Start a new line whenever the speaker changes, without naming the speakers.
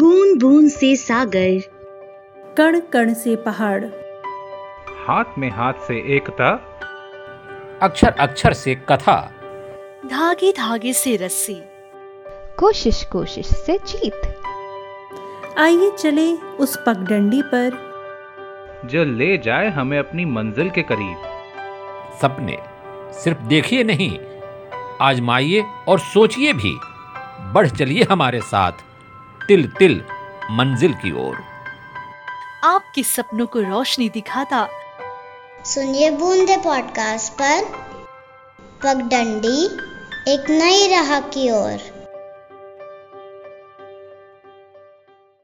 बूंद बूंद से सागर
कण कण से पहाड़
हाथ में हाथ से एकता
अक्षर अक्षर से कथा
धागे धागे से रस्सी
कोशिश कोशिश से जीत
आइए चले उस पगडंडी पर
जो ले जाए हमें अपनी मंजिल के करीब
सपने सिर्फ देखिए नहीं आजमाइए और सोचिए भी बढ़ चलिए हमारे साथ तिल तिल मंजिल की ओर
आपके सपनों को रोशनी दिखाता
सुनिए बूंदे पॉडकास्ट पर पगडंडी एक नई राह की ओर